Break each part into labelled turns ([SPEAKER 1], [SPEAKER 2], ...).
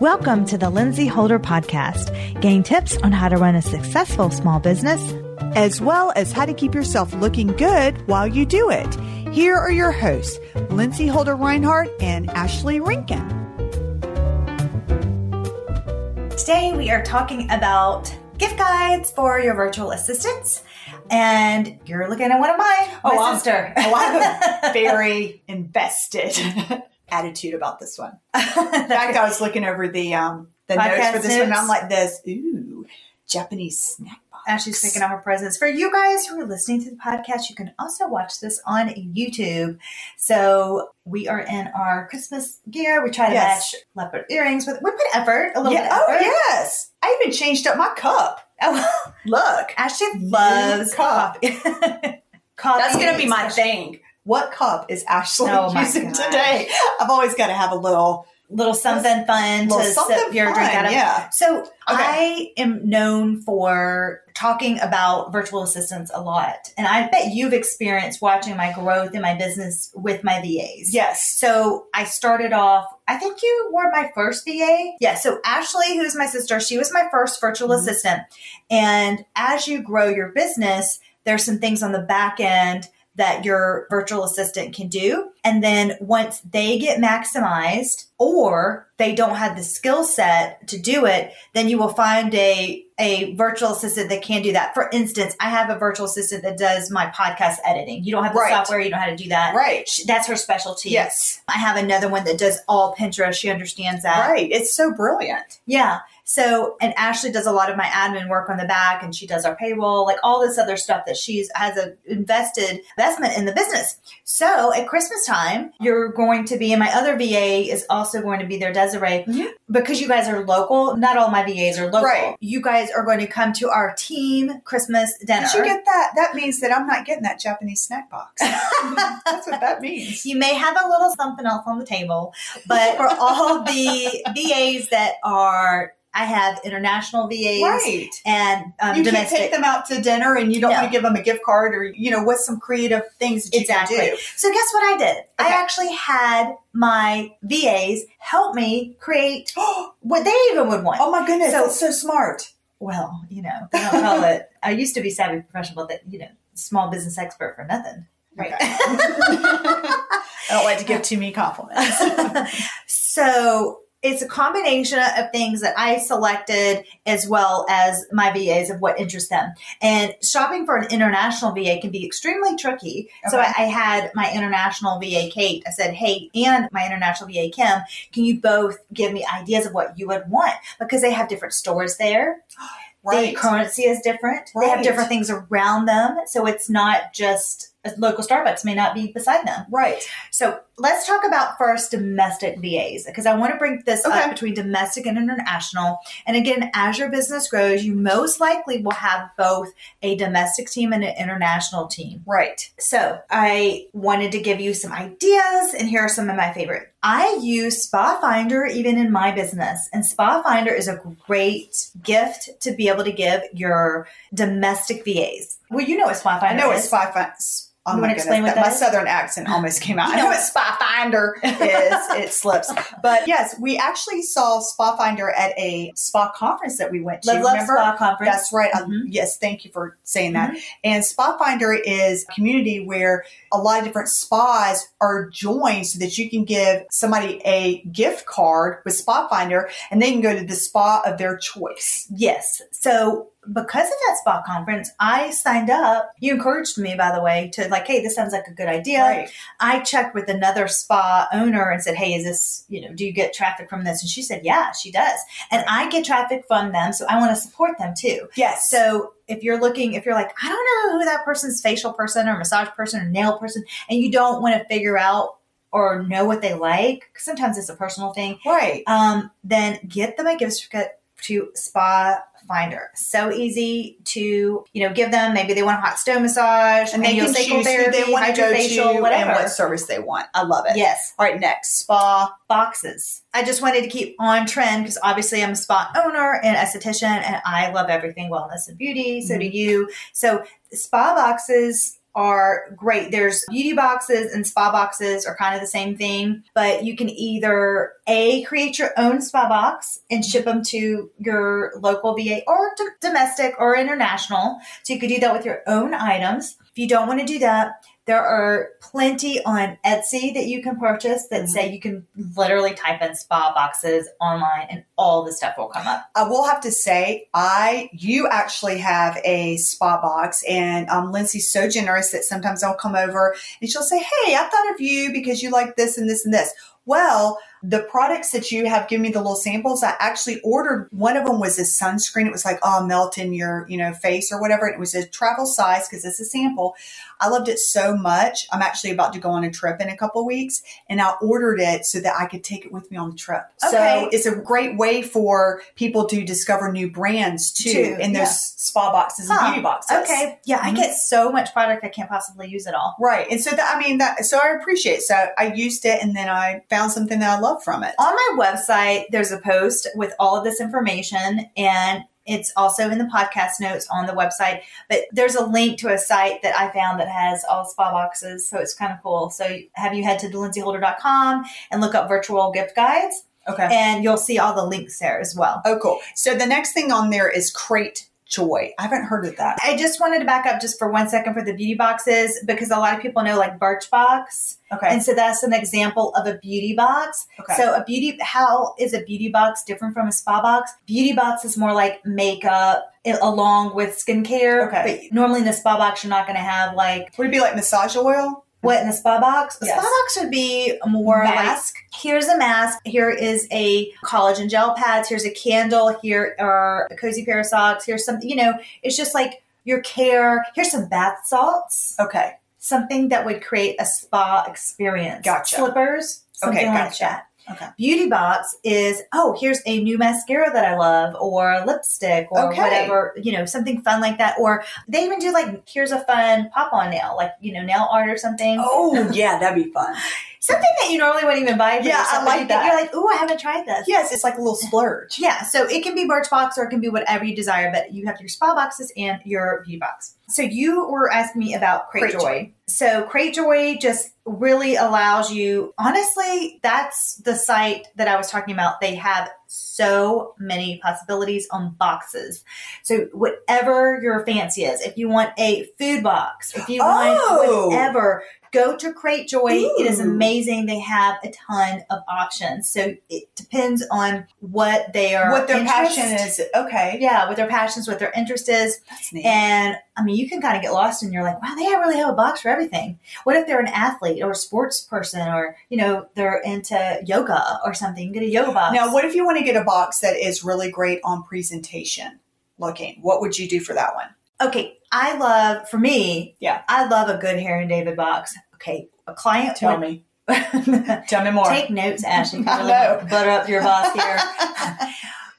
[SPEAKER 1] Welcome to the Lindsay Holder Podcast. Gain tips on how to run a successful small business.
[SPEAKER 2] as well as how to keep yourself looking good while you do it. Here are your hosts, Lindsay Holder Reinhardt and Ashley Rinkin.
[SPEAKER 1] Today we are talking about gift guides for your virtual assistants. And you're looking at one of mine, my
[SPEAKER 2] I'm-
[SPEAKER 1] sister.
[SPEAKER 2] Oh, I have a very invested attitude about this one. In fact, I was looking over the um, the notes
[SPEAKER 1] Podcast
[SPEAKER 2] for this one, and I'm
[SPEAKER 1] notes.
[SPEAKER 2] like, this ooh Japanese snack box.
[SPEAKER 1] as she's picking out her presents. For you guys who are listening to the podcast, you can also watch this on YouTube. So we are in our Christmas gear. We try to
[SPEAKER 2] Yes.
[SPEAKER 1] match leopard earrings with we put effort, a little
[SPEAKER 2] Yeah,
[SPEAKER 1] bit of
[SPEAKER 2] oh
[SPEAKER 1] effort.
[SPEAKER 2] yes, I even changed up my cup.
[SPEAKER 1] Oh,
[SPEAKER 2] Look,
[SPEAKER 1] Ashley loves
[SPEAKER 2] New cup.
[SPEAKER 1] coffee. coffee.
[SPEAKER 2] That's gonna be my
[SPEAKER 1] is-
[SPEAKER 2] thing. What cup is Ashley
[SPEAKER 1] Oh, my
[SPEAKER 2] using
[SPEAKER 1] gosh.
[SPEAKER 2] today? I've always got to have a little
[SPEAKER 1] Little something fun
[SPEAKER 2] Well,
[SPEAKER 1] to sip your drink
[SPEAKER 2] fun,
[SPEAKER 1] out of.
[SPEAKER 2] Yeah.
[SPEAKER 1] So I am known for talking about virtual assistants a lot. And I bet you've experienced watching my growth in my business with my VAs.
[SPEAKER 2] Yes.
[SPEAKER 1] So I started off, I think you were my first VA. Yeah. So Ashley, who's my sister, she was my first virtual
[SPEAKER 2] Mhm.
[SPEAKER 1] assistant. And as you grow your business, there's some things on the back end that your virtual assistant can do. And then once they get maximized or they don't have the skill set to do it, then you will find a a virtual assistant that can do that. For instance, I have a virtual assistant that does my podcast editing. You don't have the
[SPEAKER 2] Right.
[SPEAKER 1] software, you know how to do that.
[SPEAKER 2] Right.
[SPEAKER 1] Sh- that's her specialty.
[SPEAKER 2] Yes.
[SPEAKER 1] I have another one that does all Pinterest. She understands that.
[SPEAKER 2] Right. It's so brilliant.
[SPEAKER 1] Yeah. So, and Ashley does a lot of my admin work on the back and she does our payroll, like all this other stuff that she's has a invested investment in the business. So at Christmas time, you're going to be, and my other VA is also going to be there, Desiree,
[SPEAKER 2] Mhm.
[SPEAKER 1] because you guys are local. Not all my VAs are local.
[SPEAKER 2] Right.
[SPEAKER 1] You guys are going to come to our team Christmas dinner.
[SPEAKER 2] Did you get that? That means that I'm not getting that Japanese snack box. That's what that means.
[SPEAKER 1] You may have a little something else on the table, but for all the VAs that are, I have international VAs
[SPEAKER 2] Right.
[SPEAKER 1] and um,
[SPEAKER 2] You can't
[SPEAKER 1] domestic.
[SPEAKER 2] take them out to dinner and you don't
[SPEAKER 1] No.
[SPEAKER 2] want to give them a gift card or, you know, what's some creative things that you
[SPEAKER 1] Exactly.
[SPEAKER 2] can do?
[SPEAKER 1] So guess what I did? I
[SPEAKER 2] Okay.
[SPEAKER 1] actually had my VAs help me create what they even would want.
[SPEAKER 2] Oh my goodness.
[SPEAKER 1] So-
[SPEAKER 2] that's so smart.
[SPEAKER 1] Well, you know, they don't call it. I used to be savvy professional, but you know, small business expert for nothing.
[SPEAKER 2] Okay. I don't like to give too many compliments.
[SPEAKER 1] so it's a combination of things that I selected as well as my VAs of what interests them. And shopping for an international VA can be extremely tricky. So I,
[SPEAKER 2] Okay.
[SPEAKER 1] I had my international VA, Kate, I said, hey, and my international VA, Kim, can you both give me ideas of what you would want? Because they have different stores there. The currency is different. They have
[SPEAKER 2] Right.
[SPEAKER 1] different things around them. So it's not just a local Starbucks may not be beside them.
[SPEAKER 2] Right.
[SPEAKER 1] So let's talk about first domestic VAs because I want to bring this
[SPEAKER 2] Okay.
[SPEAKER 1] up between domestic and international. And again, as your business grows, you most likely will have both a domestic team and an international team.
[SPEAKER 2] Right.
[SPEAKER 1] So I wanted to give you some ideas, and here are some of my favorite. I use Spa Finder even in my business, and Spa Finder is a great gift to be able to give your domestic VAs. Well, you know what Spa
[SPEAKER 2] I
[SPEAKER 1] Finder
[SPEAKER 2] know
[SPEAKER 1] is.
[SPEAKER 2] it's Spy Finder. Oh
[SPEAKER 1] You
[SPEAKER 2] my
[SPEAKER 1] wanna
[SPEAKER 2] goodness,
[SPEAKER 1] explain what
[SPEAKER 2] that-
[SPEAKER 1] that
[SPEAKER 2] my
[SPEAKER 1] is?
[SPEAKER 2] southern accent almost came out.
[SPEAKER 1] You
[SPEAKER 2] I know
[SPEAKER 1] know
[SPEAKER 2] what Spy Finder is. it slips. But yes, we actually saw Spy Finder at a spa conference that we went to.
[SPEAKER 1] Love Love
[SPEAKER 2] remember?
[SPEAKER 1] Spa Conference.
[SPEAKER 2] That's right. I-
[SPEAKER 1] Mhm.
[SPEAKER 2] yes, thank you for saying that.
[SPEAKER 1] Mm-hmm.
[SPEAKER 2] And Spa Finder is a community where a lot of different spas are joined so that you can give somebody a gift card with Spa Finder and they can go to the spa of their choice.
[SPEAKER 1] Yes. So because of that spa conference, I signed up. You encouraged me, by the way, to like, hey, this sounds like a good idea.
[SPEAKER 2] Right.
[SPEAKER 1] I checked with another spa owner and said, hey, is this, you know, do you get traffic from this? And she said, yeah, she does. And I get traffic from them. So I want to support them too.
[SPEAKER 2] Yes.
[SPEAKER 1] So if you're looking, if you're like, I don't know who that person's facial person or massage person or nail person, and you don't want to figure out or know what they like, 'cause sometimes it's a personal thing
[SPEAKER 2] right.
[SPEAKER 1] um, then get them a gift certificate to Spa Finder. So easy to you know give them. Maybe they want a hot stone massage,
[SPEAKER 2] And they can
[SPEAKER 1] craniosacral
[SPEAKER 2] choose who they want to go
[SPEAKER 1] hydrofacial,
[SPEAKER 2] to
[SPEAKER 1] whatever.
[SPEAKER 2] and what service they want. I love it.
[SPEAKER 1] Yes,
[SPEAKER 2] All right, next spa.
[SPEAKER 1] boxes. I just wanted to keep on trend because obviously I'm a spa owner and esthetician,
[SPEAKER 2] Mm-hmm.
[SPEAKER 1] and I love everything wellness and beauty. So do you. So spa boxes are great. There's beauty boxes and spa boxes are kind of the same thing, but you can either A, create your own spa box and ship them to your local VA or d- domestic or international. So you could do that with your own items. If you don't want to do that, there are plenty on Etsy that you can purchase that say you can literally type in spa boxes online and all the stuff will come up.
[SPEAKER 2] I will have to say, I you actually have a spa box, and um, Lindsay's so generous that sometimes I'll come over and she'll say, "Hey, I thought of you because you like this and this and this." Well, the products that you have given me the little samples, I actually ordered one of them was a sunscreen. It was like, oh, melt in your, you know, face or whatever. And it was a travel size because it's a sample. I loved it so much. I'm actually about to go on a trip in a couple of weeks and I ordered it so that I could take it with me on the trip.
[SPEAKER 1] Okay.
[SPEAKER 2] So it's a great way for people to discover new brands too,
[SPEAKER 1] Too,
[SPEAKER 2] in those
[SPEAKER 1] yeah.
[SPEAKER 2] spa boxes
[SPEAKER 1] Huh,
[SPEAKER 2] and beauty boxes.
[SPEAKER 1] Okay. Yeah, I
[SPEAKER 2] Mhm.
[SPEAKER 1] get so much product I can't possibly use it all.
[SPEAKER 2] Right. And so that, I mean, that, so I appreciate it. So I used it and then I found something that I love from it.
[SPEAKER 1] On my website, there's a post with all of this information and it's also in the podcast notes on the website, but there's a link to a site that I found that has all spa boxes. So it's kind of cool. So have you head to lindsayholder.com and look up virtual gift guides
[SPEAKER 2] Okay.
[SPEAKER 1] and you'll see all the links there as well.
[SPEAKER 2] Oh, cool. So the next thing on there is crate joy. I haven't heard of that.
[SPEAKER 1] I just wanted to back up just for one second for the beauty boxes because a lot of people know like Birchbox.
[SPEAKER 2] Okay.
[SPEAKER 1] And so that's an example of a beauty box.
[SPEAKER 2] okay.
[SPEAKER 1] So a beauty how is a beauty box different from a spa box? Beauty box is more like makeup i- along with skincare.
[SPEAKER 2] Okay.
[SPEAKER 1] But normally in the spa box you're not gonna have like
[SPEAKER 2] would it be like massage oil?
[SPEAKER 1] what in the spa box? A
[SPEAKER 2] Yes.
[SPEAKER 1] spa box would be more
[SPEAKER 2] Mask?
[SPEAKER 1] like here's a mask, here is a collagen gel pads, here's a candle, here are a cozy pair of socks, here's something, you know, it's just like your care, here's some bath salts,
[SPEAKER 2] Okay.
[SPEAKER 1] something that would create a spa experience.
[SPEAKER 2] Gotcha.
[SPEAKER 1] Slippers, something
[SPEAKER 2] Okay,
[SPEAKER 1] like
[SPEAKER 2] gotcha.
[SPEAKER 1] that.
[SPEAKER 2] Okay.
[SPEAKER 1] Beauty box is, oh, here's a new mascara that I love, or lipstick, or
[SPEAKER 2] Okay.
[SPEAKER 1] whatever, you know, something fun like that. Or they even do like, here's a fun pop on nail, like, you know, nail art or something
[SPEAKER 2] Oh, yeah, that'd be fun.
[SPEAKER 1] something that you normally wouldn't even buy. For
[SPEAKER 2] Yeah, I
[SPEAKER 1] yourself, but
[SPEAKER 2] like
[SPEAKER 1] you think-
[SPEAKER 2] that.
[SPEAKER 1] You're like, ooh, I haven't tried this.
[SPEAKER 2] yes, it's like a little splurge.
[SPEAKER 1] Yeah, so it can be Birchbox or it can be whatever you desire, but you have your spa boxes and your beauty box. So you were asking me about Crate,
[SPEAKER 2] Crate
[SPEAKER 1] Joy.
[SPEAKER 2] Joy.
[SPEAKER 1] So Crate Joy just really allows you. Honestly, that's the site that I was talking about. They have so many possibilities on boxes. So whatever your fancy is, if you want a food box, if you
[SPEAKER 2] Oh.
[SPEAKER 1] want whatever, go to Crate Joy. It is
[SPEAKER 2] Ooh.
[SPEAKER 1] amazing. They have a ton of options. So it depends on what their
[SPEAKER 2] What their
[SPEAKER 1] interest-
[SPEAKER 2] passion is. Okay.
[SPEAKER 1] Yeah, what their passions, what their interest is.
[SPEAKER 2] That's neat.
[SPEAKER 1] And I mean, you can kind of get lost and you're like, wow, they really have a box for everything. What if they're an athlete or a sports person or, you know, they're into yoga or something? Get a yoga box.
[SPEAKER 2] now, what if you want to get a box that is really great on presentation looking? What would you do for that one?
[SPEAKER 1] okay, I love, for me,
[SPEAKER 2] Yeah.
[SPEAKER 1] I love a good Harry and David box. Okay, a client.
[SPEAKER 2] Tell
[SPEAKER 1] would-
[SPEAKER 2] me. Tell me more.
[SPEAKER 1] Take notes, Ashley. You
[SPEAKER 2] I
[SPEAKER 1] really
[SPEAKER 2] know.
[SPEAKER 1] butter up your boss here.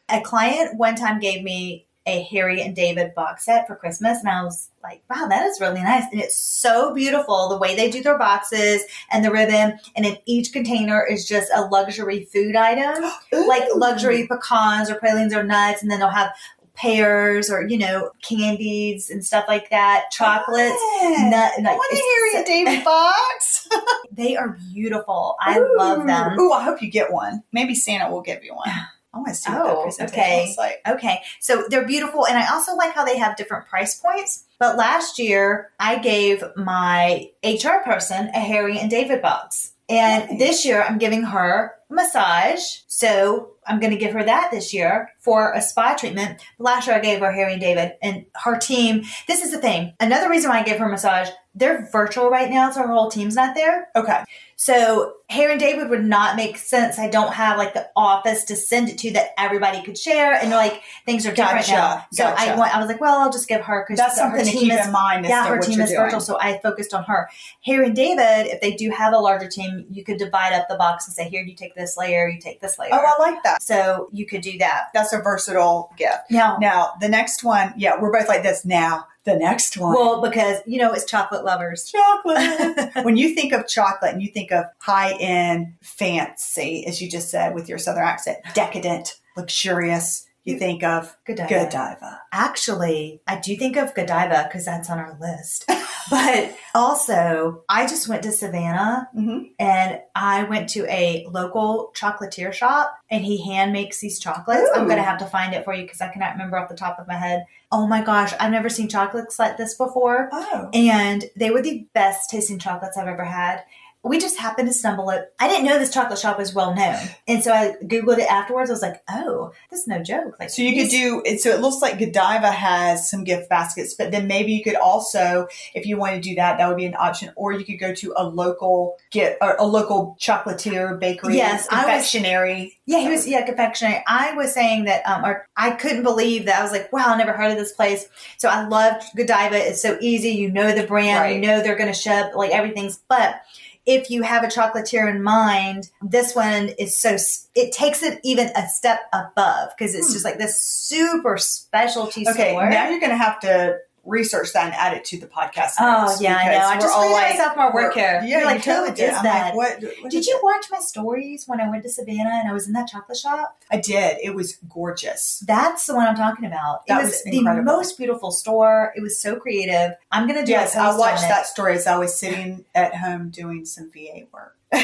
[SPEAKER 1] a client one time gave me a Harry and David box set for Christmas, and I was like, wow, that is really nice. And it's so beautiful the way they do their boxes and the ribbon. And in each container is just a luxury food item, like
[SPEAKER 2] Ooh.
[SPEAKER 1] luxury pecans or pralines or nuts. And then they'll have pears or, you know, candies and stuff like that, chocolates.
[SPEAKER 2] Yes.
[SPEAKER 1] Nut, and,
[SPEAKER 2] I
[SPEAKER 1] like,
[SPEAKER 2] want to
[SPEAKER 1] it's
[SPEAKER 2] hear your David box.
[SPEAKER 1] so- They are beautiful. I love them.
[SPEAKER 2] Ooh, I hope you get one. Maybe Santa will give you one. I want to see what
[SPEAKER 1] Oh,
[SPEAKER 2] that presentation
[SPEAKER 1] okay.
[SPEAKER 2] looks like.
[SPEAKER 1] Okay. So they're beautiful. And I also like how they have different price points. But last year, I gave my HR person a Harry and David box. And
[SPEAKER 2] Nice.
[SPEAKER 1] this year, I'm giving her a massage. So I'm going to give her that this year for a spa treatment. Last year, I gave her Harry and David and her team. This is the thing. Another reason why I gave her a massage, they're virtual right now, so her whole team's not there.
[SPEAKER 2] Okay.
[SPEAKER 1] So Harry and David would not make sense. I don't have like the office to send it to that everybody could share, and like things are different
[SPEAKER 2] Gotcha,
[SPEAKER 1] now. So I
[SPEAKER 2] gotcha.
[SPEAKER 1] want. I was like, well, I'll just give her because
[SPEAKER 2] That's something to keep in mind. as
[SPEAKER 1] yeah,
[SPEAKER 2] to
[SPEAKER 1] her
[SPEAKER 2] what
[SPEAKER 1] team
[SPEAKER 2] you're
[SPEAKER 1] is virtual,
[SPEAKER 2] doing.
[SPEAKER 1] so I focused on her. Harry and David, if they do have a larger team, you could divide up the box and say, here, you take this layer, you take this layer.
[SPEAKER 2] Oh, I like that.
[SPEAKER 1] so you could do that.
[SPEAKER 2] That's a versatile gift.
[SPEAKER 1] Now,
[SPEAKER 2] Now, the next one, yeah, we're both like this. Now, the next one.
[SPEAKER 1] well, because you know it's chocolate lovers.
[SPEAKER 2] chocolate. when you think of chocolate and you think of high end, fancy, as you just said with your southern accent, decadent, luxurious, you think of
[SPEAKER 1] Godiva.
[SPEAKER 2] Godiva.
[SPEAKER 1] Actually, I do think of Godiva because that's on our list. but also, I just went to Savannah
[SPEAKER 2] Mhm.
[SPEAKER 1] and I went to a local chocolatier shop and he hand makes these chocolates. I'm
[SPEAKER 2] Ooh.
[SPEAKER 1] going to have to find it for you because I cannot remember off the top of my head. Oh my gosh, I've never seen chocolates like this before.
[SPEAKER 2] Oh.
[SPEAKER 1] And they were the best tasting chocolates I've ever had. We just happened to stumble it. I didn't know this chocolate shop was well known. And so I Googled it afterwards. I was like, oh, this is no joke. Like,
[SPEAKER 2] So you could do it. So it looks like Godiva has some gift baskets, but then maybe you could also, if you want to do that, that would be an option. Or you could go to a local get or a local chocolatier bakery.
[SPEAKER 1] Yes, I was-
[SPEAKER 2] confectionery.
[SPEAKER 1] Yeah, he was yeah confectionery. I was saying that, um, or I couldn't believe that I was like, wow, I never heard of this place. So I loved Godiva. It's so easy. You know the brand. You
[SPEAKER 2] Right.
[SPEAKER 1] know they're going to ship like everything's. But if you have a chocolatier in mind, this one is so s- it takes it even a step above because it's
[SPEAKER 2] Hmm.
[SPEAKER 1] just like this super specialty
[SPEAKER 2] okay,
[SPEAKER 1] store.
[SPEAKER 2] now you're going to have to research that and add it to the podcast.
[SPEAKER 1] oh
[SPEAKER 2] notes
[SPEAKER 1] yeah, I
[SPEAKER 2] because
[SPEAKER 1] know. I
[SPEAKER 2] we're
[SPEAKER 1] just
[SPEAKER 2] all
[SPEAKER 1] made
[SPEAKER 2] like-
[SPEAKER 1] myself more work here.
[SPEAKER 2] Yeah,
[SPEAKER 1] You're
[SPEAKER 2] you
[SPEAKER 1] like who
[SPEAKER 2] totally
[SPEAKER 1] is
[SPEAKER 2] did. I'm
[SPEAKER 1] that?
[SPEAKER 2] like, what? what
[SPEAKER 1] did
[SPEAKER 2] is
[SPEAKER 1] you watch my stories when I went to Savannah and I was in that chocolate shop?
[SPEAKER 2] that? I did. It was gorgeous.
[SPEAKER 1] That's the one I'm talking about.
[SPEAKER 2] That
[SPEAKER 1] it was,
[SPEAKER 2] was
[SPEAKER 1] the
[SPEAKER 2] incredible.
[SPEAKER 1] most beautiful store. It was so creative. I'm gonna do a
[SPEAKER 2] Yes,
[SPEAKER 1] post
[SPEAKER 2] I watched
[SPEAKER 1] on it.
[SPEAKER 2] that story as I was sitting at home doing some VA work.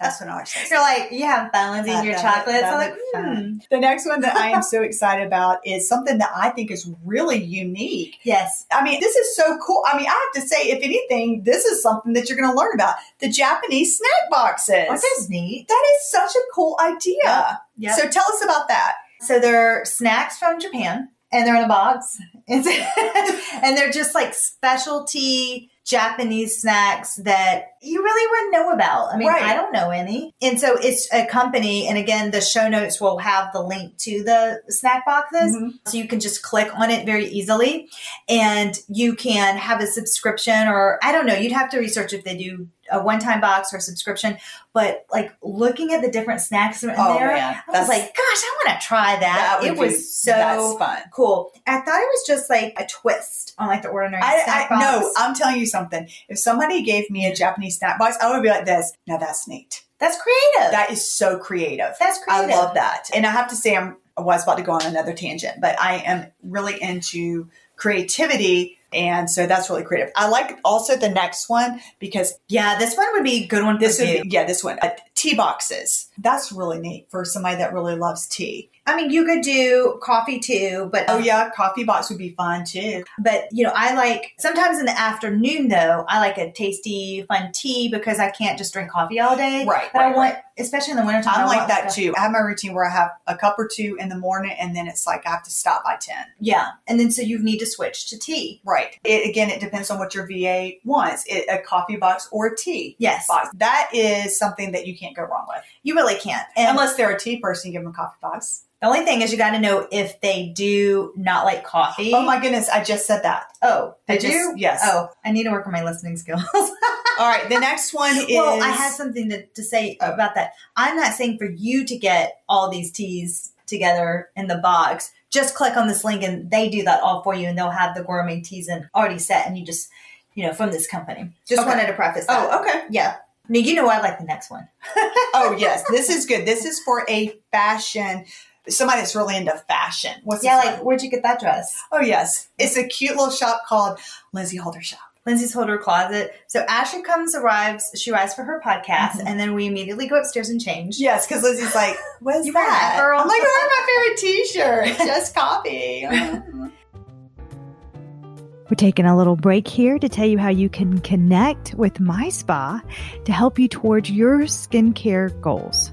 [SPEAKER 2] That's when I watched that.
[SPEAKER 1] You're like, you have fun eating
[SPEAKER 2] That-
[SPEAKER 1] your
[SPEAKER 2] that-
[SPEAKER 1] chocolates.
[SPEAKER 2] that
[SPEAKER 1] I'm like,
[SPEAKER 2] looked
[SPEAKER 1] hmm.
[SPEAKER 2] fun. The next one that I am so excited about is something that I think is really unique.
[SPEAKER 1] Yes.
[SPEAKER 2] I mean, this is so cool. I mean, I have to say, if anything, this is something that you're going to learn about the Japanese snack boxes.
[SPEAKER 1] Aren't those neat?
[SPEAKER 2] That is such a cool idea.
[SPEAKER 1] Yeah. So,
[SPEAKER 2] So tell us about that.
[SPEAKER 1] so they're snacks from Japan and they're in a box. And, and they're just like specialty Japanese snacks that you really wouldn't know about. I mean,
[SPEAKER 2] Right.
[SPEAKER 1] I don't know any. And so it's a company. And again, the show notes will have the link to the snack boxes.
[SPEAKER 2] Mm-hmm.
[SPEAKER 1] So you can just click on it very easily and you can have a subscription or I don't know, you'd have to research if they do a one time box or subscription, but like looking at the different snacks in
[SPEAKER 2] Oh,
[SPEAKER 1] there,
[SPEAKER 2] man.
[SPEAKER 1] I was like, gosh, I want to try that.
[SPEAKER 2] would
[SPEAKER 1] it
[SPEAKER 2] be-
[SPEAKER 1] was
[SPEAKER 2] that's
[SPEAKER 1] so
[SPEAKER 2] fun.
[SPEAKER 1] cool. I thought it was just like a twist on like the ordinary
[SPEAKER 2] I,
[SPEAKER 1] snack
[SPEAKER 2] I
[SPEAKER 1] box.
[SPEAKER 2] no, I'm telling you something. If somebody gave me a Japanese snack box, I would be like this. Now that's neat.
[SPEAKER 1] That's creative.
[SPEAKER 2] That is so creative.
[SPEAKER 1] That's creative.
[SPEAKER 2] I love that. And I have to say, I'm, I was about to go on another tangent, but I am really into creativity. And so that's really creative. I like also the next one because
[SPEAKER 1] Yeah, this one would be a good one for
[SPEAKER 2] this
[SPEAKER 1] you.
[SPEAKER 2] would be, yeah, this one, uh, tea boxes. That's really neat for somebody that really loves tea.
[SPEAKER 1] I mean, you could do coffee too, but
[SPEAKER 2] Oh, yeah, coffee box would be fun too.
[SPEAKER 1] But you know, I like sometimes in the afternoon though, I like a tasty, fun tea because I can't just drink coffee all day.
[SPEAKER 2] Right,
[SPEAKER 1] But
[SPEAKER 2] right,
[SPEAKER 1] I want, especially in the wintertime, I
[SPEAKER 2] I'm like
[SPEAKER 1] want
[SPEAKER 2] that
[SPEAKER 1] a-
[SPEAKER 2] too. I have my routine where I have a cup or two in the morning and then it's like I have to stop by 10.
[SPEAKER 1] Yeah, and then so you need to switch to tea.
[SPEAKER 2] Right. It, again, it depends on what your VA wants it, a coffee box or a tea
[SPEAKER 1] Yes,
[SPEAKER 2] box. That is something that you can't go wrong with.
[SPEAKER 1] you really can't. And
[SPEAKER 2] Unless they're a tea person, give them a coffee box.
[SPEAKER 1] the only thing is, you got to know if they do not like coffee.
[SPEAKER 2] Oh my goodness, I just said that.
[SPEAKER 1] Oh,
[SPEAKER 2] I
[SPEAKER 1] they
[SPEAKER 2] just,
[SPEAKER 1] do.
[SPEAKER 2] Yes.
[SPEAKER 1] Oh, I need to work on my listening skills.
[SPEAKER 2] All right, the next one is.
[SPEAKER 1] well, I have something to, to say
[SPEAKER 2] Oh.
[SPEAKER 1] about that. I'm not saying for you to get all these teas together in the box. Just click on this link and they do that all for you and they'll have the gourmet teas in, already set and you just, you know, from this company. Just
[SPEAKER 2] Okay.
[SPEAKER 1] wanted to preface that.
[SPEAKER 2] Oh, okay.
[SPEAKER 1] Yeah. No, you know I like the next one.
[SPEAKER 2] Oh, yes, this is good. This is for a fashion, somebody that's really into fashion. What's
[SPEAKER 1] yeah,
[SPEAKER 2] this
[SPEAKER 1] like
[SPEAKER 2] one?
[SPEAKER 1] where'd you get that dress?
[SPEAKER 2] Oh, yes. It's a cute little shop called Lindsay Holder Shop.
[SPEAKER 1] Lindsay's holder closet. So Ashley comes, arrives, she arrives for her podcast,
[SPEAKER 2] Mhm.
[SPEAKER 1] and then we immediately go upstairs and change.
[SPEAKER 2] Yes, because Lindsay's like, what's
[SPEAKER 1] You wearing
[SPEAKER 2] that?
[SPEAKER 1] that, girl?
[SPEAKER 2] I'm like, I wear my favorite t shirt, just coffee.
[SPEAKER 3] We're taking a little break here to tell you how you can connect with My Spa to help you towards your skincare goals.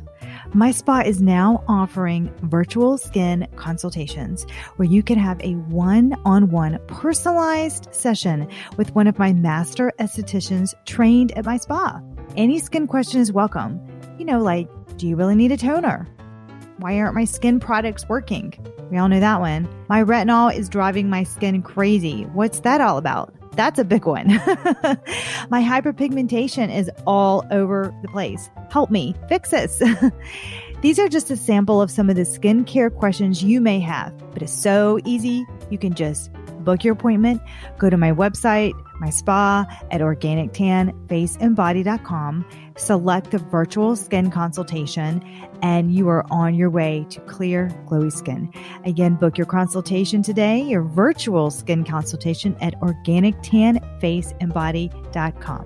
[SPEAKER 3] My Spa is now offering virtual skin consultations where you can have a one on one personalized session with one of my master estheticians trained at my spa. Any skin question is welcome. You know, like, do you really need a toner? Why aren't my skin products working? We all know that one. My retinol is driving my skin crazy. What's that all about? That's a big one. my hyperpigmentation is all over the place. Help me fix this. These are just a sample of some of the skincare questions you may have, but it's so easy. You can just book your appointment, go to my website, my spa at organictanfaceandbody.com. Select the virtual skin consultation, and you are on your way to clear, glowy skin. Again, book your consultation today, your virtual skin consultation at organictanfaceandbody.com.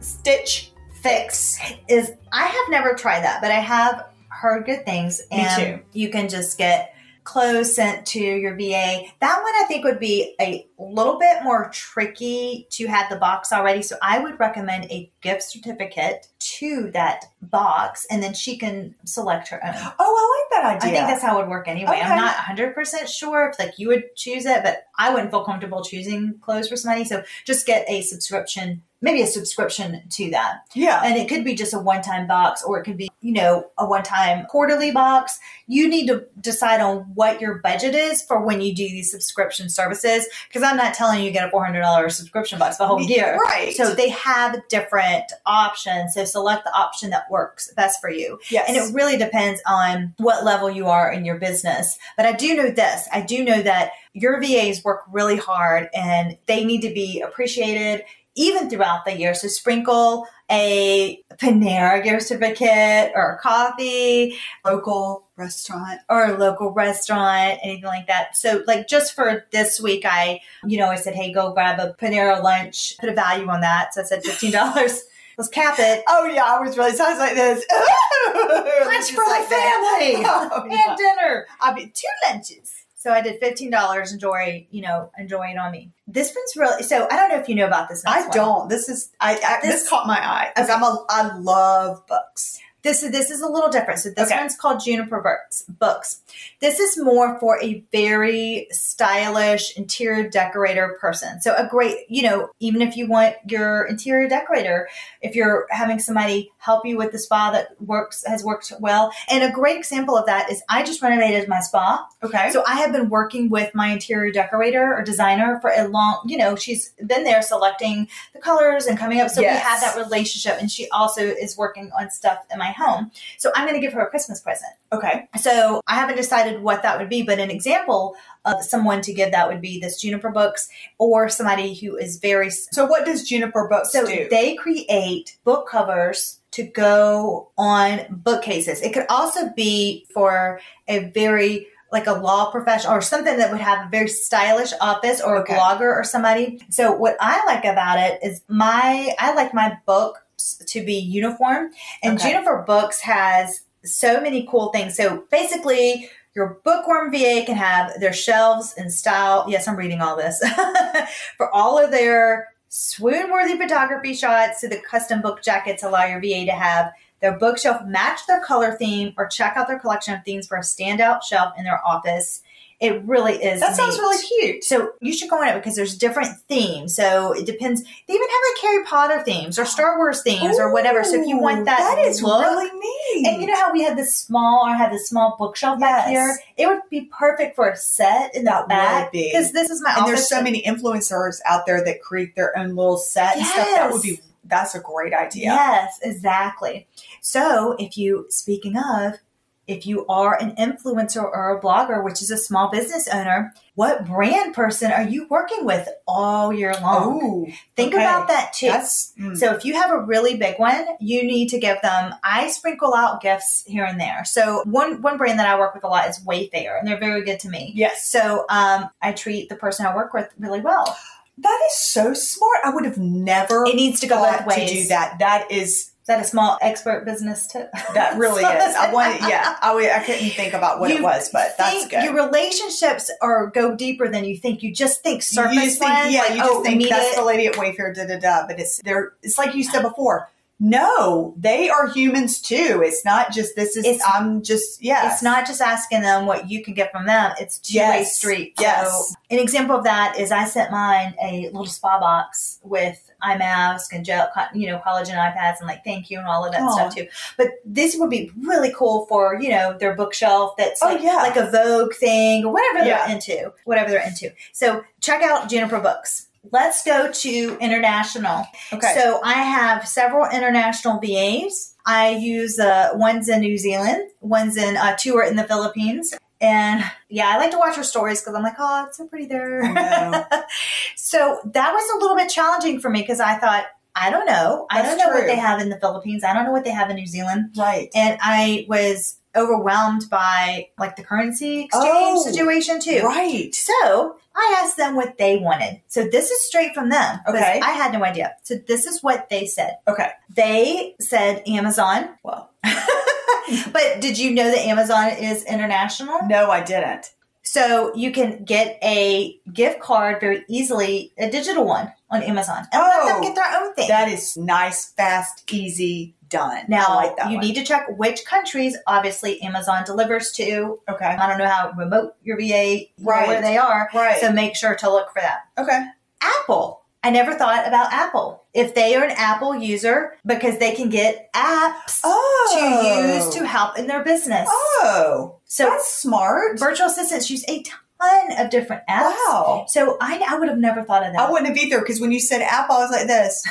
[SPEAKER 2] Stitch fix.
[SPEAKER 1] Is I have never tried that, but I have heard good things.
[SPEAKER 2] Me
[SPEAKER 1] And you can just get clothes sent to your VA. That one I think would be a little bit more tricky to have the box already. So I would recommend a gift certificate to that box and then she can select her own.
[SPEAKER 2] Oh, I like that
[SPEAKER 1] I
[SPEAKER 2] idea.
[SPEAKER 1] think that's how it would work anyway.
[SPEAKER 2] Okay.
[SPEAKER 1] I'm not 100% sure if like you would choose it, but I wouldn't feel comfortable choosing clothes for somebody. So just get a subscription, maybe a subscription to that.
[SPEAKER 2] yeah.
[SPEAKER 1] And it could be just a one time box or it could be, you know, a one time quarterly box. You need to decide on what your budget is for when you do these subscription services because I'm not telling you get a $400 subscription box for
[SPEAKER 2] Oh,
[SPEAKER 1] a whole year.
[SPEAKER 2] Right.
[SPEAKER 1] So they have different options. So select the option that works best for you.
[SPEAKER 2] yes.
[SPEAKER 1] And it really depends on what level you are in your business. But I do know this I do know that your VAs work really hard and they need to be appreciated even throughout the year. So sprinkle a Panera gift certificate or coffee
[SPEAKER 2] local restaurant.
[SPEAKER 1] or a local restaurant, anything like that. So like just for this week, I, you know, I said, hey, go grab a Panera lunch, put a value on that. So I said $15. Let's cap it.
[SPEAKER 2] Oh yeah, I was really sounds like this. Lunch
[SPEAKER 1] Lunch for my family.
[SPEAKER 2] Oh, yeah.
[SPEAKER 1] And dinner.
[SPEAKER 2] I mean, two lunches.
[SPEAKER 1] So I did fifteen dollars. Enjoy, you know, enjoy it on me. This one's really. So I don't know if you know about this. next
[SPEAKER 2] I
[SPEAKER 1] one.
[SPEAKER 2] don't. This is I. I this,
[SPEAKER 1] This-
[SPEAKER 2] caught my eye because I'm a. I love books.
[SPEAKER 1] This is this is a little different. So this
[SPEAKER 2] Okay.
[SPEAKER 1] one's called Juniper Books. Books. This is more for a very stylish interior decorator person. So a great, you know, even if you want your interior decorator, if you're having somebody help you with the spa that works has worked well, and a great example of that is I just renovated my spa.
[SPEAKER 2] Okay.
[SPEAKER 1] So I have been working with my interior decorator or designer for a long, you know, she's been there selecting the colors and coming up. So we
[SPEAKER 2] Yes.
[SPEAKER 1] have that relationship and she also is working on stuff in my home. So I'm going to give her a Christmas present.
[SPEAKER 2] okay.
[SPEAKER 1] So I haven't decided what that would be, but an example of someone to give that would be this Juniper Books or somebody who is very
[SPEAKER 2] So what does Juniper Books
[SPEAKER 1] so
[SPEAKER 2] do?
[SPEAKER 1] they create book covers to go on bookcases. It could also be for a very like a law professional or something that would have a very stylish office or a
[SPEAKER 2] Okay.
[SPEAKER 1] blogger or somebody. So what I like about it is my I like my books to be uniform and
[SPEAKER 2] Okay.
[SPEAKER 1] Juniper Books has so many cool things. So basically your bookworm VA can have their shelves and style. Yes, I'm reading all this. for all of their swoon worthy photography shots to the custom book jackets allow your VA to have their bookshelf match their color theme or check out their collection of themes for a standout shelf in their office. It really is.
[SPEAKER 2] that sounds
[SPEAKER 1] neat.
[SPEAKER 2] really cute.
[SPEAKER 1] So you should go on it because there's different themes. So it depends. They even have like Harry Potter themes or Star Wars themes or whatever. So if you want that,
[SPEAKER 2] that is
[SPEAKER 1] look,
[SPEAKER 2] really neat.
[SPEAKER 1] and you know how we had this small or had this small bookshelf back
[SPEAKER 2] Yes.
[SPEAKER 1] here? It would be perfect for a set in
[SPEAKER 2] That
[SPEAKER 1] that
[SPEAKER 2] would
[SPEAKER 1] back
[SPEAKER 2] be.
[SPEAKER 1] because this is my
[SPEAKER 2] and
[SPEAKER 1] office.
[SPEAKER 2] there's so many influencers out there that create their own little set and stuff. That would
[SPEAKER 1] Yes.
[SPEAKER 2] be. That's a great idea.
[SPEAKER 1] Yes, exactly. So, if you, speaking of, if you are an influencer or a blogger, which is a small business owner, what brand person are you working with all year long?
[SPEAKER 2] Oh,
[SPEAKER 1] Think
[SPEAKER 2] okay.
[SPEAKER 1] about that too.
[SPEAKER 2] That's mm.
[SPEAKER 1] So if you have a really big one, you need to give them. I sprinkle out gifts here and there. So one one brand that I work with a lot is Wayfair, and they're very good to me.
[SPEAKER 2] yes.
[SPEAKER 1] So um, I treat the person I work with really well.
[SPEAKER 2] That is so smart. I would have never
[SPEAKER 1] It needs to go
[SPEAKER 2] thought
[SPEAKER 1] both ways.
[SPEAKER 2] to do that. That is
[SPEAKER 1] Is that a small expert business tip?
[SPEAKER 2] that really is. I wanted, yeah. I, would, I couldn't think about what
[SPEAKER 1] "Ah." You
[SPEAKER 2] it was, but that's
[SPEAKER 1] think
[SPEAKER 2] good.
[SPEAKER 1] Your relationships are go deeper than you think. You just think surface
[SPEAKER 2] you just think,
[SPEAKER 1] lens,
[SPEAKER 2] yeah,
[SPEAKER 1] like,
[SPEAKER 2] you just
[SPEAKER 1] oh,
[SPEAKER 2] think
[SPEAKER 1] need
[SPEAKER 2] that's
[SPEAKER 1] it.
[SPEAKER 2] the lady at Wayfair, da da da. But it's there. It's like you said before. No, they are humans too. It's not just this is.
[SPEAKER 1] It's-
[SPEAKER 2] I'm just yeah.
[SPEAKER 1] It's not just asking them what you can get from them. It's two way
[SPEAKER 2] Yes.
[SPEAKER 1] street.
[SPEAKER 2] Yes.
[SPEAKER 1] So an example of that is I sent mine a little spa box with eye mask and gel, co- you know, collagen iPads and like thank you and all of that
[SPEAKER 2] Aw.
[SPEAKER 1] stuff too. But this would be really cool for you know their bookshelf that's
[SPEAKER 2] Oh,
[SPEAKER 1] like,
[SPEAKER 2] yeah.
[SPEAKER 1] like a Vogue thing or whatever
[SPEAKER 2] Yeah.
[SPEAKER 1] they're into, whatever they're into. So check out Juniper Books. Let's go to international.
[SPEAKER 2] okay.
[SPEAKER 1] So I have several international VAs. I use uh, one's in New Zealand, one's in uh, two are in the Philippines, And yeah, I like to watch her stories because I'm like, oh, it's so pretty there.
[SPEAKER 2] Mm-hmm. No.
[SPEAKER 1] so that was a little bit challenging for me because I thought, I don't know. I
[SPEAKER 2] That's
[SPEAKER 1] don't know what
[SPEAKER 2] true.
[SPEAKER 1] they have in the Philippines. I don't know what they have in New Zealand.
[SPEAKER 2] Right.
[SPEAKER 1] And I was overwhelmed by like the currency exchange
[SPEAKER 2] Oh,
[SPEAKER 1] situation too.
[SPEAKER 2] Right.
[SPEAKER 1] So I asked them what they wanted. So this is straight from them. 'cause
[SPEAKER 2] Okay.
[SPEAKER 1] I had no idea. So this is what they said.
[SPEAKER 2] Okay.
[SPEAKER 1] They said Amazon.
[SPEAKER 2] Well,
[SPEAKER 1] But did you know that Amazon is international?
[SPEAKER 2] no, I didn't.
[SPEAKER 1] So you can get a gift card very easily, a digital one on Amazon, and let them
[SPEAKER 2] Oh,
[SPEAKER 1] get their own thing.
[SPEAKER 2] That is nice, fast, easy, done.
[SPEAKER 1] now,
[SPEAKER 2] I like that
[SPEAKER 1] you
[SPEAKER 2] one.
[SPEAKER 1] need to check which countries, obviously, Amazon delivers to.
[SPEAKER 2] Okay.
[SPEAKER 1] I don't know how remote your VA, you know, where
[SPEAKER 2] Right.
[SPEAKER 1] they are.
[SPEAKER 2] Right.
[SPEAKER 1] So make sure to look for that.
[SPEAKER 2] okay.
[SPEAKER 1] Apple. I never thought about Apple. If they are an Apple user, because they can get apps
[SPEAKER 2] Oh.
[SPEAKER 1] to use to help in their business.
[SPEAKER 2] Oh.
[SPEAKER 1] so
[SPEAKER 2] that's smart.
[SPEAKER 1] virtual assistants use a ton of different apps.
[SPEAKER 2] Wow.
[SPEAKER 1] So I, I would have never thought of that.
[SPEAKER 2] I wouldn't have either because when you said apple, I was like this.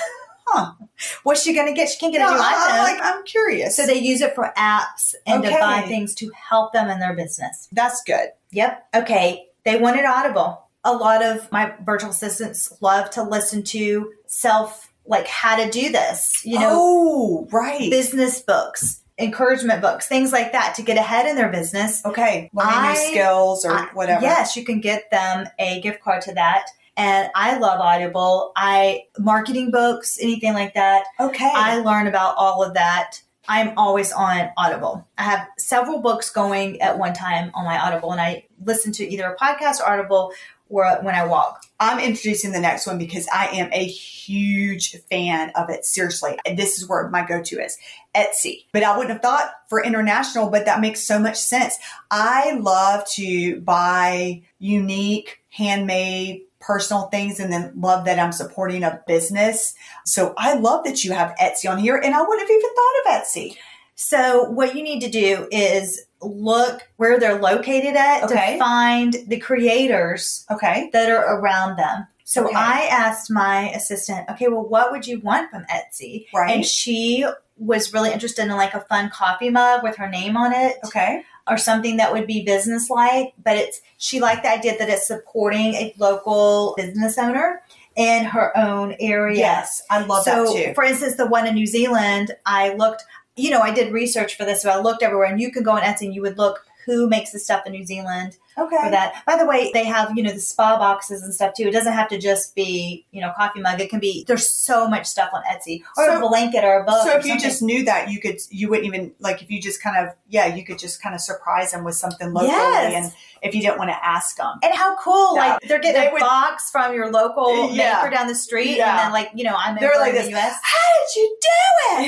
[SPEAKER 1] What's she going to get? She can't get
[SPEAKER 2] No,
[SPEAKER 1] a new
[SPEAKER 2] I-
[SPEAKER 1] iPhone.
[SPEAKER 2] I'm like, I'm curious.
[SPEAKER 1] so they use it for apps and to
[SPEAKER 2] Okay.
[SPEAKER 1] buy things to help them in their business.
[SPEAKER 2] that's good.
[SPEAKER 1] Yep. Okay. They wanted Audible. A lot of my virtual assistants love to listen to self, like how to do this, you know,
[SPEAKER 2] oh, right.
[SPEAKER 1] business books, encouragement books, things like that to get ahead in their business.
[SPEAKER 2] okay. Learning
[SPEAKER 1] I-
[SPEAKER 2] new skills or
[SPEAKER 1] I-
[SPEAKER 2] whatever.
[SPEAKER 1] Yes, you can get them a gift card to that. And I love Audible. I marketing books, anything like that.
[SPEAKER 2] Okay.
[SPEAKER 1] I learn about all of that. I'm always on Audible. I have several books going at one time on my Audible, and I listen to either a podcast or Audible or when I walk.
[SPEAKER 2] I'm introducing the next one because I am a huge fan of it. Seriously, this is where my go to is Etsy. But I wouldn't have thought for international, but that makes so much sense. I love to buy unique, handmade, personal things and then love that I'm supporting a business. So I love that you have Etsy on here and I wouldn't have even thought of Etsy.
[SPEAKER 1] So, what you need to do is look where they're located at to
[SPEAKER 2] Okay.
[SPEAKER 1] find the creators
[SPEAKER 2] Okay.
[SPEAKER 1] that are around them. So,
[SPEAKER 2] Okay.
[SPEAKER 1] I asked my assistant, okay, well, what would you want from Etsy?
[SPEAKER 2] Right.
[SPEAKER 1] And she was really interested in like a fun coffee mug with her name on it.
[SPEAKER 2] Okay.
[SPEAKER 1] or something that would be business like, but it's she liked the idea that it's supporting a local business owner in her own area.
[SPEAKER 2] Yes. I love
[SPEAKER 1] so,
[SPEAKER 2] that too.
[SPEAKER 1] for instance, the one in New Zealand, I looked, you know, I did research for this, so I looked everywhere, and you can go on Etsy and you would look who makes the stuff in New Zealand
[SPEAKER 2] Okay.
[SPEAKER 1] for that. By the way, they have, you know, the spa boxes and stuff too. It doesn't have to just be, you know, coffee mug. It can be, there's so much stuff on Etsy or a
[SPEAKER 2] So-
[SPEAKER 1] blanket or a book.
[SPEAKER 2] So
[SPEAKER 1] or
[SPEAKER 2] if you
[SPEAKER 1] something.
[SPEAKER 2] just knew that, you could you wouldn't even like if you just kind of yeah, you could just kind of surprise them with something locally,
[SPEAKER 1] Yes.
[SPEAKER 2] and if you didn't want to ask them,
[SPEAKER 1] And how cool!
[SPEAKER 2] Yeah.
[SPEAKER 1] Like they're getting
[SPEAKER 2] They
[SPEAKER 1] a
[SPEAKER 2] would-
[SPEAKER 1] box from your local
[SPEAKER 2] Yeah.
[SPEAKER 1] maker down the street,
[SPEAKER 2] Yeah.
[SPEAKER 1] and then like you know, I'm
[SPEAKER 2] They're
[SPEAKER 1] over
[SPEAKER 2] like
[SPEAKER 1] in
[SPEAKER 2] this,
[SPEAKER 1] the U.S.
[SPEAKER 2] how did you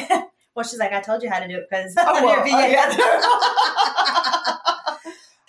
[SPEAKER 2] do?
[SPEAKER 1] well, she's like, I told you how to do it because
[SPEAKER 2] Oh, well, oh,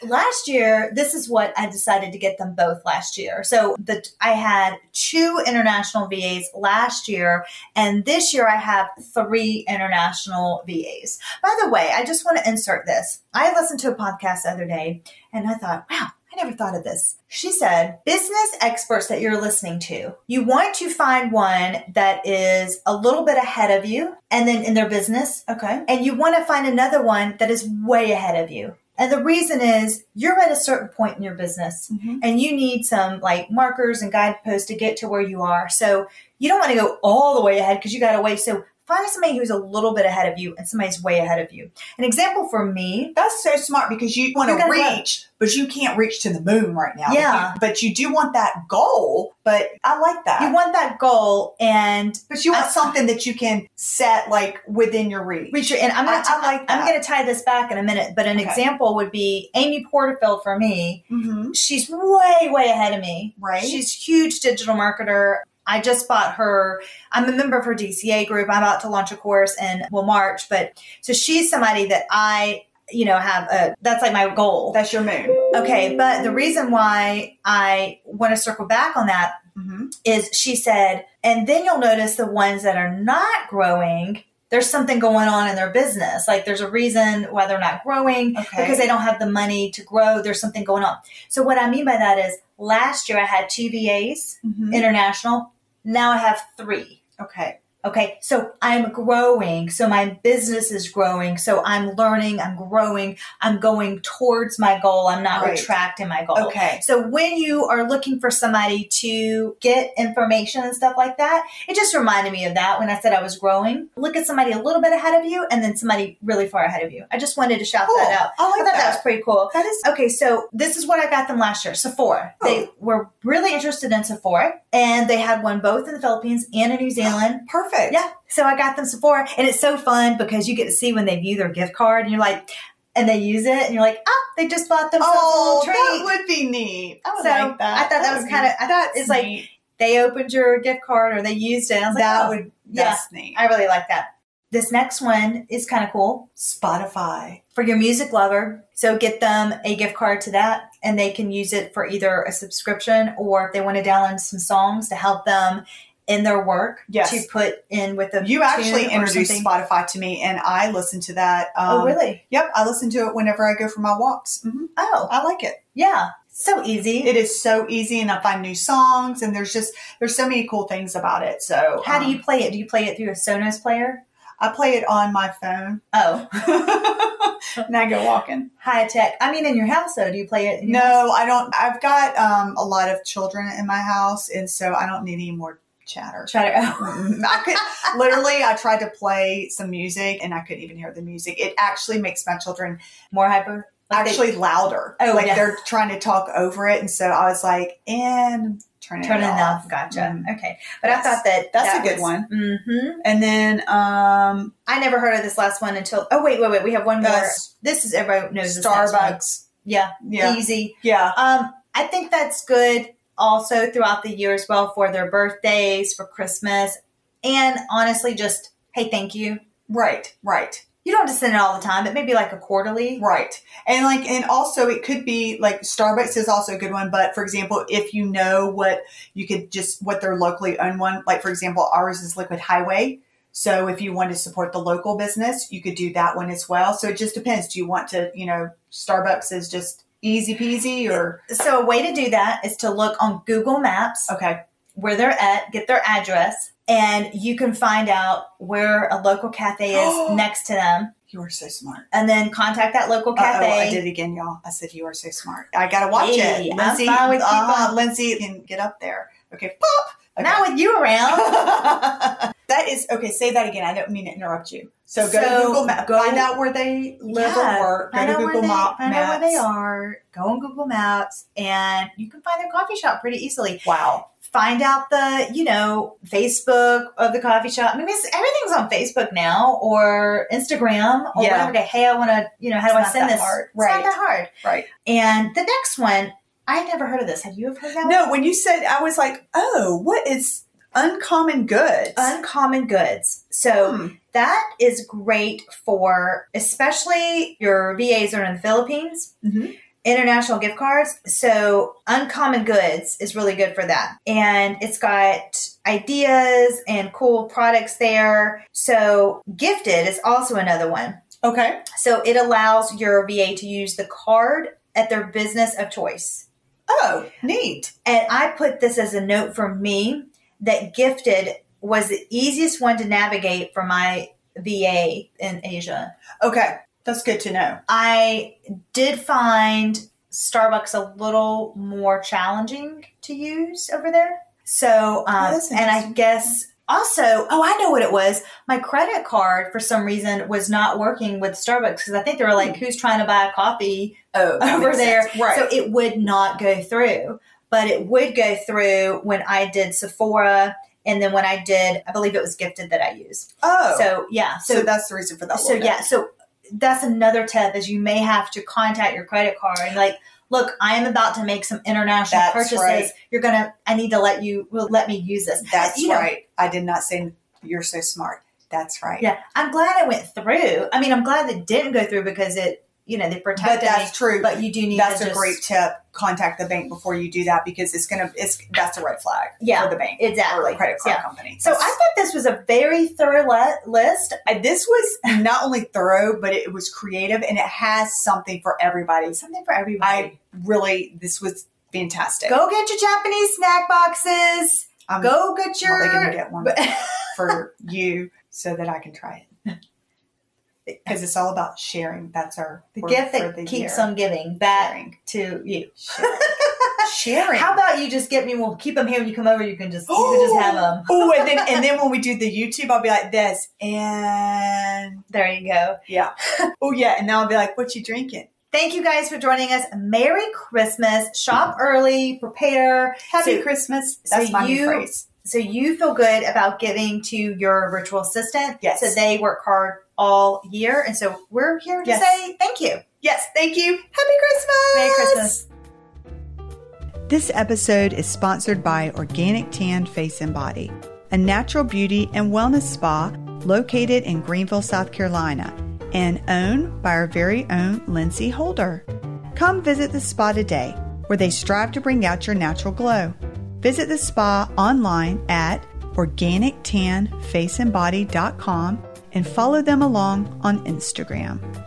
[SPEAKER 1] last year, this is what I decided to get them both last year. So the I had two international VAs last year, and this year I have three international VAs. By the way, I just want to insert this. I listened to a podcast the other day, and I thought, wow. I never thought of this. She said, business experts that you're listening to, you want to find one that is a little bit ahead of you and then in their business
[SPEAKER 2] Okay.
[SPEAKER 1] and you want to find another one that is way ahead of you. And the reason is you're at a certain point in your business
[SPEAKER 2] Mm-hmm.
[SPEAKER 1] and you need some like markers and guideposts to get to where you are. So you don't want to go all the way ahead because you got to wait. So find somebody who's a little bit ahead of you and somebody's way ahead of you. An example for me,
[SPEAKER 2] That's so smart because you want
[SPEAKER 1] You
[SPEAKER 2] to
[SPEAKER 1] gotta go.
[SPEAKER 2] reach, but you can't reach to the moon right now.
[SPEAKER 1] Yeah.
[SPEAKER 2] But you, but you do want that goal. But I like that.
[SPEAKER 1] you want that goal and
[SPEAKER 2] but you want
[SPEAKER 1] I-
[SPEAKER 2] something that you can set like within your reach.
[SPEAKER 1] reach your, and I'm gonna,
[SPEAKER 2] I- I like
[SPEAKER 1] I'm
[SPEAKER 2] that.
[SPEAKER 1] going to tie this back in a minute, but an
[SPEAKER 2] Okay.
[SPEAKER 1] example would be Amy Porterfield for me.
[SPEAKER 2] Mm-hmm.
[SPEAKER 1] She's way, way ahead of me.
[SPEAKER 2] Right.
[SPEAKER 1] She's a huge digital marketer. I just bought her. I'm a member of her DCA group. I'm about to launch a course in well March, but so she's somebody that I, you know, have a that's like my goal.
[SPEAKER 2] That's your moon.
[SPEAKER 1] Okay, but the reason why I want to circle back on that
[SPEAKER 2] Mm-hmm.
[SPEAKER 1] is she said, and then you'll notice the ones that are not growing, there's something going on in their business. Like there's a reason why they're not growing
[SPEAKER 2] Okay.
[SPEAKER 1] because they don't have the money to grow. There's something going on. So, what I mean by that is last year I had two VAs
[SPEAKER 2] Mhm.
[SPEAKER 1] international, now I have three.
[SPEAKER 2] Okay.
[SPEAKER 1] Okay. So I'm growing. So my business is growing. So I'm learning. I'm growing. I'm going towards my goal. I'm not
[SPEAKER 2] Right.
[SPEAKER 1] retracting my goal.
[SPEAKER 2] Okay.
[SPEAKER 1] So when you are looking for somebody to get information and stuff like that, it just reminded me of that when I said I was growing. Look at somebody a little bit ahead of you and then somebody really far ahead of you. I just wanted to shout
[SPEAKER 2] Cool.
[SPEAKER 1] that out.
[SPEAKER 2] I like
[SPEAKER 1] I thought that.
[SPEAKER 2] that.
[SPEAKER 1] was pretty cool.
[SPEAKER 2] That is
[SPEAKER 1] Okay, so this is what I got them last year. Sephora.
[SPEAKER 2] Oh.
[SPEAKER 1] They were really interested in Sephora and they had one both in the Philippines and in New Zealand.
[SPEAKER 2] perfect.
[SPEAKER 1] Yeah. So I got them Sephora, and it's so fun because you get to see when they view their gift card, and you're like, and they use it, and you're like, ah, they just bought themselves
[SPEAKER 2] Oh,
[SPEAKER 1] a little
[SPEAKER 2] that
[SPEAKER 1] treat.
[SPEAKER 2] would be neat. I would
[SPEAKER 1] So,
[SPEAKER 2] like that.
[SPEAKER 1] I thought that was
[SPEAKER 2] would
[SPEAKER 1] kinda-
[SPEAKER 2] be-
[SPEAKER 1] I thought
[SPEAKER 2] that's
[SPEAKER 1] it's like-
[SPEAKER 2] neat.
[SPEAKER 1] they opened your gift card or they used it. And I was like,
[SPEAKER 2] that
[SPEAKER 1] oh,
[SPEAKER 2] would
[SPEAKER 1] yeah.
[SPEAKER 2] that's neat.
[SPEAKER 1] I really like that. This next one is kind of cool
[SPEAKER 2] Spotify.
[SPEAKER 1] for your music lover. So get them a gift card to that, and they can use it for either a subscription or if they want to download some songs to help them in their work
[SPEAKER 2] Yes.
[SPEAKER 1] to put in with a
[SPEAKER 2] You actually
[SPEAKER 1] tune or
[SPEAKER 2] introduced
[SPEAKER 1] something.
[SPEAKER 2] Spotify to me, and I listen to that. Um,
[SPEAKER 1] Oh, really?
[SPEAKER 2] Yep, I listen to it whenever I go for my walks. hmm
[SPEAKER 1] Oh,
[SPEAKER 2] I like it.
[SPEAKER 1] yeah. So easy.
[SPEAKER 2] It is so easy, and I find new songs, and there's just there's so many cool things about it. So,
[SPEAKER 1] How do
[SPEAKER 2] um,
[SPEAKER 1] you play it? Do you play it through a Sonos player?
[SPEAKER 2] I play it on my phone,
[SPEAKER 1] Oh,
[SPEAKER 2] and I go walking.
[SPEAKER 1] high tech. I mean, in your house though, do you play it? In your
[SPEAKER 2] No, I don't. I've got um, a lot of children in my house, and so I don't need any more chatter.
[SPEAKER 1] Try to. oh.
[SPEAKER 2] Mm, I could literally. I tried to play some music, and I couldn't even hear the music. It actually makes my children
[SPEAKER 1] More hyper. Like they-
[SPEAKER 2] actually louder.
[SPEAKER 1] Oh,
[SPEAKER 2] like
[SPEAKER 1] yeah.
[SPEAKER 2] they're trying to talk over it, and so I was like, and turn it
[SPEAKER 1] Turn it
[SPEAKER 2] off.
[SPEAKER 1] off. Gotcha.
[SPEAKER 2] Mm.
[SPEAKER 1] Okay. But
[SPEAKER 2] Yes.
[SPEAKER 1] I thought that
[SPEAKER 2] That's a good one.
[SPEAKER 1] hmm
[SPEAKER 2] And then um,
[SPEAKER 1] I never heard of this last one until. Oh wait, wait, wait. We have one more.
[SPEAKER 2] uh,
[SPEAKER 1] this is everybody knows this next one.
[SPEAKER 2] Starbucks.
[SPEAKER 1] Yeah,
[SPEAKER 2] Yeah,
[SPEAKER 1] easy.
[SPEAKER 2] yeah.
[SPEAKER 1] Um, I think that's good. Also throughout the year as well for their birthdays, for Christmas, and honestly, just hey, thank you.
[SPEAKER 2] Right, right,
[SPEAKER 1] You don't have to send it all the time, but maybe like a quarterly.
[SPEAKER 2] right. And like, and also it could be like Starbucks is also a good one. But for example, if you know what you could just what their locally owned one, like for example, ours is Liquid Highway. So if you want to support the local business, you could do that one as well. So it just depends. Do you want to, you know, Starbucks is just easy peasy or
[SPEAKER 1] So a way to do that is to look on Google Maps
[SPEAKER 2] okay,
[SPEAKER 1] where they're at, get their address, and you can find out where a local cafe is next to them,
[SPEAKER 2] you are so smart.
[SPEAKER 1] and then contact that local
[SPEAKER 2] Uh-oh, I
[SPEAKER 1] cafe.
[SPEAKER 2] did it again, y'all. I said you are so smart. I gotta watch
[SPEAKER 1] Hey,
[SPEAKER 2] it.
[SPEAKER 1] I'm
[SPEAKER 2] Lindsay,
[SPEAKER 1] fine with you,
[SPEAKER 2] uh-huh,
[SPEAKER 1] Bob.
[SPEAKER 2] Lindsay can get up there. Okay, pop. Okay.
[SPEAKER 1] Not with you around.
[SPEAKER 2] that is okay. Say that again. I don't mean to interrupt you. So go to
[SPEAKER 1] So
[SPEAKER 2] Google Maps.
[SPEAKER 1] go-
[SPEAKER 2] find out where they live
[SPEAKER 1] Yeah,
[SPEAKER 2] or work. Go
[SPEAKER 1] find
[SPEAKER 2] to
[SPEAKER 1] out where
[SPEAKER 2] Google
[SPEAKER 1] they-
[SPEAKER 2] Map,
[SPEAKER 1] Find
[SPEAKER 2] Maps.
[SPEAKER 1] out where they are. Go on Google Maps, and you can find their coffee shop pretty easily.
[SPEAKER 2] Wow.
[SPEAKER 1] Find out the, you know, Facebook of the coffee shop. I mean, it's, everything's on Facebook now or Instagram or
[SPEAKER 2] Yeah.
[SPEAKER 1] whatever. To, hey, I want to, you know, how
[SPEAKER 2] It's
[SPEAKER 1] do I
[SPEAKER 2] not
[SPEAKER 1] send
[SPEAKER 2] that
[SPEAKER 1] this?
[SPEAKER 2] hard.
[SPEAKER 1] It's not
[SPEAKER 2] Right.
[SPEAKER 1] that hard.
[SPEAKER 2] Right.
[SPEAKER 1] And the next one, I had never heard of this. Have you ever heard of that? one?
[SPEAKER 2] No, when you said, I was like, oh, what is uncommon goods?
[SPEAKER 1] Uncommon goods. So
[SPEAKER 2] Hmm.
[SPEAKER 1] that is great for especially your VAs are in the Philippines.
[SPEAKER 2] Mhm.
[SPEAKER 1] International gift cards. So, Uncommon Goods is really good for that. And it's got ideas and cool products there. So, Gifted is also another one.
[SPEAKER 2] okay.
[SPEAKER 1] So, it allows your VA to use the card at their business of choice.
[SPEAKER 2] Oh, neat.
[SPEAKER 1] And I put this as a note for me that gifted was the easiest one to navigate for my VA in Asia.
[SPEAKER 2] Okay. That's good to know.
[SPEAKER 1] I did find Starbucks a little more challenging to use over there. So, um,
[SPEAKER 2] Oh, that's
[SPEAKER 1] and I
[SPEAKER 2] interesting.
[SPEAKER 1] guess also, oh, I know what it was. My credit card for some reason was not working with Starbucks because I think they were like, who's trying to buy a coffee?
[SPEAKER 2] Oh, that
[SPEAKER 1] over
[SPEAKER 2] makes
[SPEAKER 1] there.
[SPEAKER 2] sense. Hmm. Right.
[SPEAKER 1] So it would not go through, but it would go through when I did Sephora and then when I did, I believe it was Gifted that I used.
[SPEAKER 2] oh, so,
[SPEAKER 1] So yeah. So,
[SPEAKER 2] that's the reason for that.
[SPEAKER 1] so
[SPEAKER 2] one.
[SPEAKER 1] yeah. So that's another tip is you may have to contact your credit card and like, look, I am about to make some international
[SPEAKER 2] That's
[SPEAKER 1] purchases.
[SPEAKER 2] right.
[SPEAKER 1] You're going to, I need to let you, will let me use this.
[SPEAKER 2] That's
[SPEAKER 1] You know,
[SPEAKER 2] right. I did not say you're so smart. That's right.
[SPEAKER 1] Yeah. I'm glad it went through. I mean, I'm glad it didn't go through because it, you know, they
[SPEAKER 2] But
[SPEAKER 1] protected
[SPEAKER 2] that's true.
[SPEAKER 1] me, but you do need
[SPEAKER 2] that's
[SPEAKER 1] to
[SPEAKER 2] a
[SPEAKER 1] just-
[SPEAKER 2] great tip. Contact the bank before you do that because it's gonna it's that's a red flag
[SPEAKER 1] Yeah,
[SPEAKER 2] for the bank or
[SPEAKER 1] Exactly.
[SPEAKER 2] the credit card
[SPEAKER 1] Yeah.
[SPEAKER 2] company.
[SPEAKER 1] So I thought this was a very thorough le- list.
[SPEAKER 2] I, this was not only thorough, but it was creative and it has something for everybody.
[SPEAKER 1] Something for everybody.
[SPEAKER 2] I really this was fantastic.
[SPEAKER 1] go get your Japanese snack boxes.
[SPEAKER 2] I'm
[SPEAKER 1] Go get
[SPEAKER 2] probably
[SPEAKER 1] your.
[SPEAKER 2] gonna get one. for you so that I can try it. Because it's all about sharing. That's our
[SPEAKER 1] The
[SPEAKER 2] word
[SPEAKER 1] gift
[SPEAKER 2] for
[SPEAKER 1] that
[SPEAKER 2] the
[SPEAKER 1] keeps
[SPEAKER 2] year.
[SPEAKER 1] on giving back
[SPEAKER 2] Sharing.
[SPEAKER 1] to you.
[SPEAKER 2] sharing.
[SPEAKER 1] How about you just get me? We'll keep them here when you come over. You can just you can just have them.
[SPEAKER 2] Oh, and then and then when we do the YouTube, I'll be like this, and
[SPEAKER 1] There you go.
[SPEAKER 2] yeah, oh yeah, and now I'll be like, "What you drinking?
[SPEAKER 1] Thank you guys for joining us. Merry Christmas. Shop early. Prepare.
[SPEAKER 2] Happy
[SPEAKER 1] So-
[SPEAKER 2] Christmas."
[SPEAKER 1] so
[SPEAKER 2] That's my
[SPEAKER 1] you-
[SPEAKER 2] new phrase.
[SPEAKER 1] So you feel good about giving to your virtual assistant.
[SPEAKER 2] Yes.
[SPEAKER 1] So they work hard all year. And so we're here to
[SPEAKER 2] Yes.
[SPEAKER 1] say thank you.
[SPEAKER 2] Yes, thank you. Happy Christmas.
[SPEAKER 1] Merry Christmas.
[SPEAKER 2] This episode is sponsored by Organic Tan Face and Body, a natural beauty and wellness spa located in Greenville, South Carolina, and owned by our very own Lindsay Holder. Come visit the spa today, where they strive to bring out your natural glow. Visit the spa online at organictanfaceandbody.com and follow them along on Instagram.